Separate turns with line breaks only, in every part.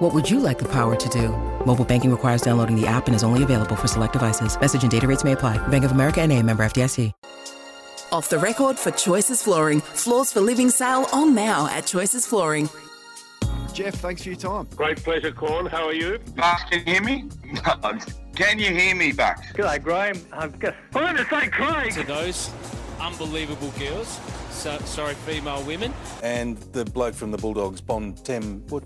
What would you like the power to do? Mobile banking requires downloading the app and is only available for select devices. Message and data rates may apply. Bank of America and a member FDIC.
Off the record for Choices Flooring. Floors for Living sale on now at Choices Flooring.
Jeff, thanks for your time.
Great pleasure, Corn. How are you?
Bucks, can you hear me? can you hear me, Bucks?
G'day, Graham. I'm going to say Craig.
to those unbelievable girls. So, sorry, female women.
and the bloke from the Bulldogs, Bon Tem, what,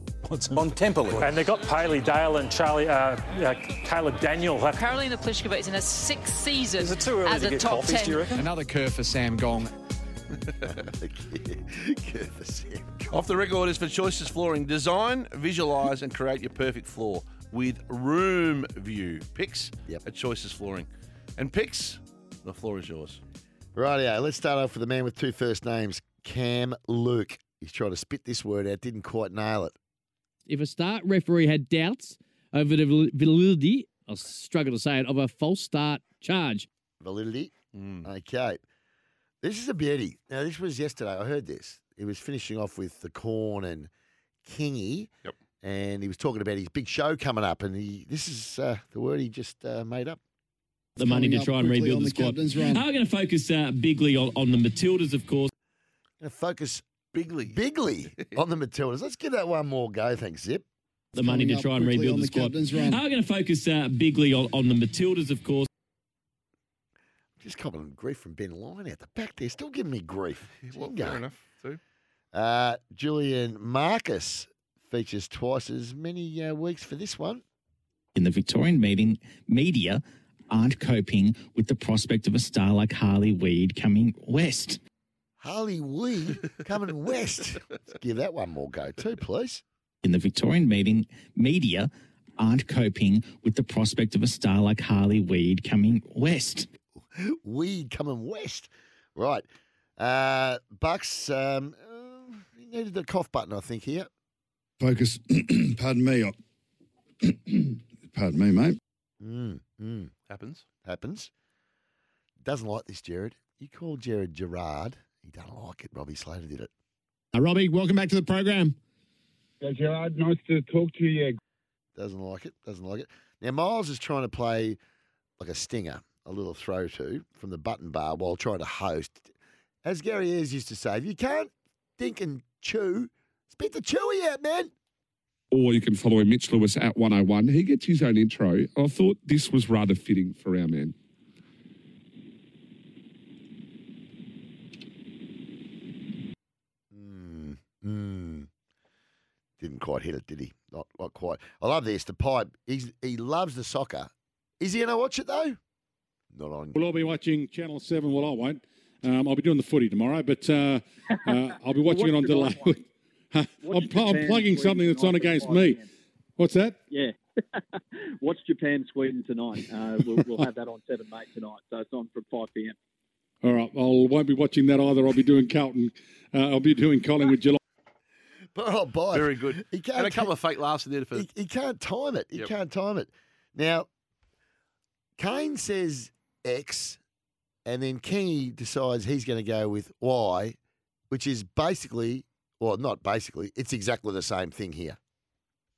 Bon Temple.
And they got Paley Dale and Charlie, uh, uh, Caleb Daniel. That-
Carolina Pliskova is in her sixth season
Is it too early
as
to
a
get
top
coffees,
ten.
do you reckon?
Another curve for Sam Gong.
Off the record is for Choices Flooring. Design, visualise, and create your perfect floor with room view. Picks
Yep.
at Choices Flooring. And picks, the floor is yours.
Rightio, let's start off with the man with two first names, Cam Luke. He's trying to spit this word out, didn't quite nail it.
If a start referee had doubts over the val- validity, I struggle to say it, of a false start charge,
Validity.
Mm.
Okay. This is a beauty. Now, this was yesterday. I heard this. He was finishing off with the corn and Kingy.
Yep.
And he was talking about his big show coming up. And he, this is uh, the word he just uh, made up.
the money to try and rebuild the, squad. Now we're going to focus uh, bigly on, on the Matildas, of course.
Going to focus
Bigly.
bigly on the Matildas. Let's give that one more go. Thanks, Zip.
The money to try and rebuild the squad. Now we're going to focus uh, bigly on, on the Matildas, of course.
Just copping them grief from Ben Lyon out the back there. Still giving me grief.
Well,
Jingo.
fair enough. Too.
Uh, Julian Marcus features twice as many uh, weeks for this one.
In the Victorian meeting, media aren't coping with the prospect of a star like Harley Weed coming west.
Harley Wee coming west. Let's give that one more go too, please.
In the Victorian meeting, media aren't coping with the prospect of a star like Harley Weed coming west.
Weed coming west. Right. Uh, Bucks, um, uh, he needed the cough button, I think, here.
Focus, pardon me, pardon me, mate.
Mm, mm,
Happens.
happens. Doesn't like this, Jared. You called Jared Gerard. He doesn't like it. Robbie Slater did it.
Uh, Robbie, welcome back to the program.
Gerard, nice to talk to you.
Doesn't like it. Doesn't like it. Now Miles is trying to play like a stinger, a little throw to from the button bar while trying to host. As Gary Ayres used to say, if you can't think and chew, spit the chewy out, man.
Or you can follow Mitch Lewis at 101. He gets his own intro. I thought this was rather fitting for our man.
Mm, mm. Didn't quite hit it, did he? Not, not quite. I love this. The pipe. He's, he loves the soccer. Is he going to watch it though? Not on.
We'll all be watching Channel 7. Well, I won't. Um, I'll be doing the footy tomorrow, but uh, uh, I'll be watching it on delay. Huh? I'm, pl- I'm plugging something that's on against me. What's that?
Yeah. Watch Japan Sweden tonight. Uh, we'll, we'll have that on 7 8 tonight. So it's on from 5 p.m.
All right. I won't be watching that either. I'll be doing Carlton. Uh, I'll be doing Collingwood July.
But I'll buy it.
Very good.
He can't
and a
think-
couple of fake laughs in there for
he, he can't time it. He
Yep.
can't time it. Now, Kane says X, and then Kingy decides he's going to go with Y, which is basically, well, not basically, it's exactly the same thing here.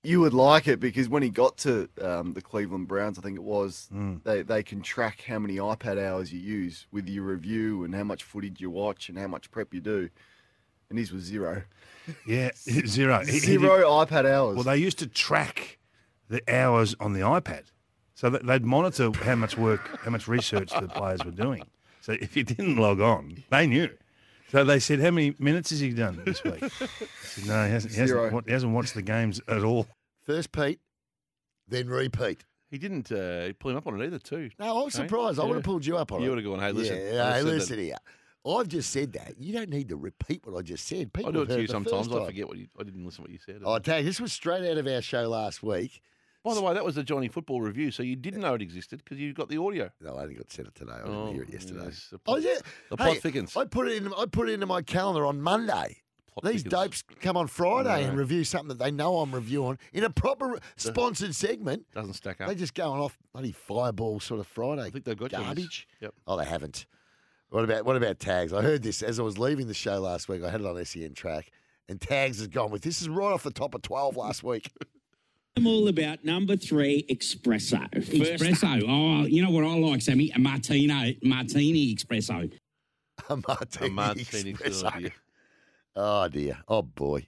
You would like it because when he got to um, the Cleveland Browns, I think it was,
Hmm.
they, they can track how many iPad hours you use with your review and how much footage you watch and how much prep you do. And his was zero.
Yeah, zero. He- he did-
Zero iPad hours.
well, they used to track the hours on the iPad, so that they'd monitor how much work, how much research the players were doing. So if you didn't log on, they knew. So they said, "How many minutes has he done this week?" I said, no, he hasn't. He hasn't,
Zero.
wa- he hasn't watched the games at all.
First Pete, then repeat.
He didn't uh, pull him up on it either, too.
No, I'm
Kane.
surprised. I would
Yeah.
have pulled you up on
You
it.
would've gone, "Hey, listen,
Yeah, hey,
listen, and-
listen here. I've just said that. You don't need to repeat what I just said. People
I do it
have
to
heard
you
the first
sometimes. I
time. Oh.
forget what you, I didn't listen to what you said.
I tell you, this was straight out of our show last week.
By the way, that was the Johnny Football Review, so you didn't know it existed because you got the audio.
No, I only got sent it today. I didn't hear it yesterday.
the
Oh
plot-
yeah,
the plot thickens.
I put it in. I put it into my calendar on Monday. These dopes come on Friday and review something that they know I'm reviewing in a proper sponsored segment.
Doesn't stack up.
They just going off bloody fireball sort of Friday. I
think they've got you on this.
garbage.
Yep.
Oh, they haven't. What about what about tags? I heard this as I was leaving the show last week. I had it on SEN track, and tags has gone with this is right off the top of twelve last week.
I'm all about number three, espresso.
First
espresso. Oh, you know what I like, Sammy? A martino, martini espresso.
A martini,
martini
espresso.
could be-
Oh dear. Oh boy.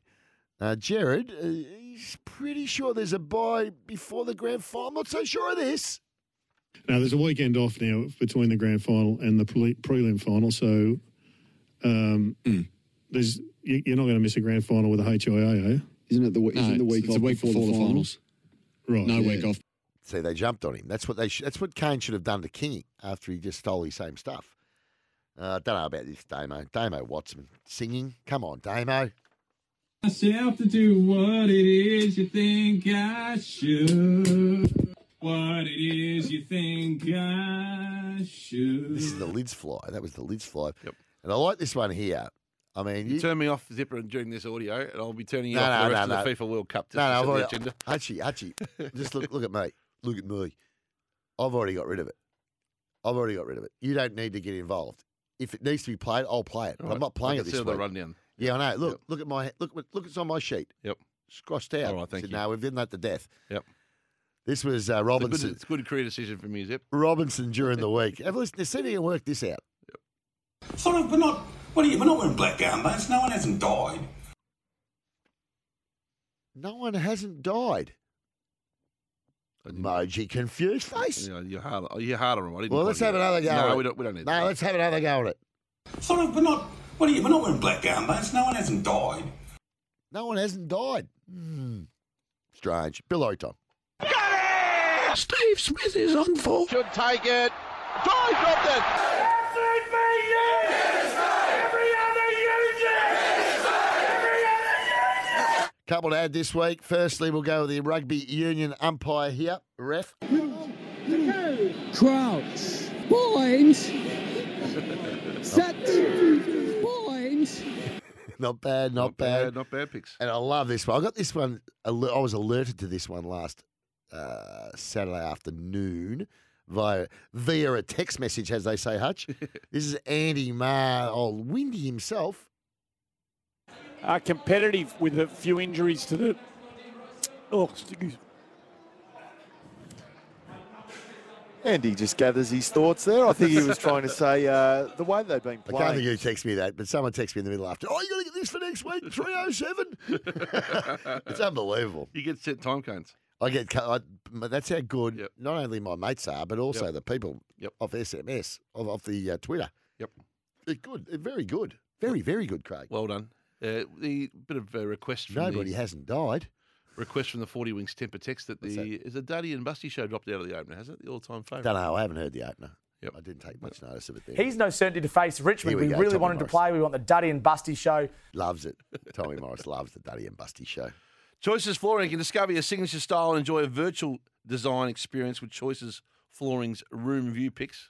Uh, Jared, uh, he's pretty sure there's a buy before the grand final. I'm not so sure of this.
Now there's a weekend off now between the grand final and the pre- prelim final, so um,
Hmm.
there's you, you're not going to miss a grand final with a eh? HIAA. Isn't it the
isn't the week off before the finals?
Right.
No
yeah.
week off.
See, they jumped on him. That's what they. Sh- that's what Kane should have done to Kingy after he just stole his same stuff. Uh, I don't know about this Damo. Damo Watson singing. Come on, Damo.
myself to do what it is you think I should. What it is you think I should.
This is the lids fly. That was the lids fly. Yep. And I like this one here. I mean,
You turn me off zipper during this audio, and I'll be turning you
No,
off for the
no,
rest
no,
of the
no.
FIFA World Cup. Just
No, no,
to
I've
set the
already,
agenda.
Hutchie, Hutchie, just look, look at me. Look at me. I've already got rid of it. I've already got rid of it. You don't need to get involved. If it needs to be played, I'll play it. But
All
I'm
right.
not playing
I can
it this
see
week.
the rundown.
Yeah, I know. Look, look at my look. what- Look, it's on my sheet.
Yep.
It's crossed out.
All right, thank
Said,
you.
No, we've done that to death.
Yep.
This was
It's a
uh,
good-
Robinson.
It's a good career decision from you, Zip.
Robinson during the week. Have a listen. See if you can work this out.
Sorry, we're not. What are you? We're not wearing black gown, mates. No one hasn't died.
No one hasn't died. Emoji confused face.
Yeah, you're hard. You're hard on him. I didn't
Well, let's
quite
have
hear
another
it.
go. at
No,
it.
we don't. We don't need.
No, let's have another go at it.
Sorry, we're not. What are you? We're not wearing black gown, mates. No one hasn't died.
No one hasn't died. Hmm. Strange. Bill O'Ton.
Steve Smith is on for.
Should take it. Drive, Robson. Couple to add this week. Firstly, we'll go with the rugby union umpire here, ref.
Crouch. Point. Set. Point.
Not bad, not, bad.
Not bad picks.
And I love this one. I got this one. al- I was alerted to this one last uh, Saturday afternoon via via a text message, as they say, Hutch. this is Andy Marr, old Windy himself.
uh, competitive with a few injuries to the. Oh, excuse
Andy just gathers his thoughts there. I think he was trying to say uh, the way they've been
I can't think
playing.
who texted me that, but someone texted me in the middle after. Oh, you got to get this for next week, three oh seven. It's unbelievable.
You get set time cones.
I get. co- I, but that's how good not only my mates are, but also the people off SMS, off, off the uh, Twitter.
Yep.
They're good. They're very good. Very, very good, Craig.
Well done. Uh, the bit of a request. From
Nobody
the,
hasn't died.
Request from the Forty Wings temper text that the is the Daddy and Busty show dropped out of the opener, has it? The all time favourite.
Don't know. I haven't heard the opener. Yep. I didn't take much notice of it. There.
He's no certainty to face Richmond.
Here we
We,
go,
really
Tommy
want him to
Morris.
play. We want the Duddy and Busty show.
loves it. Tommy Morris loves the Duddy and Busty show.
Choices Flooring can discover your signature style and enjoy a virtual design experience with Choices Flooring's room view picks.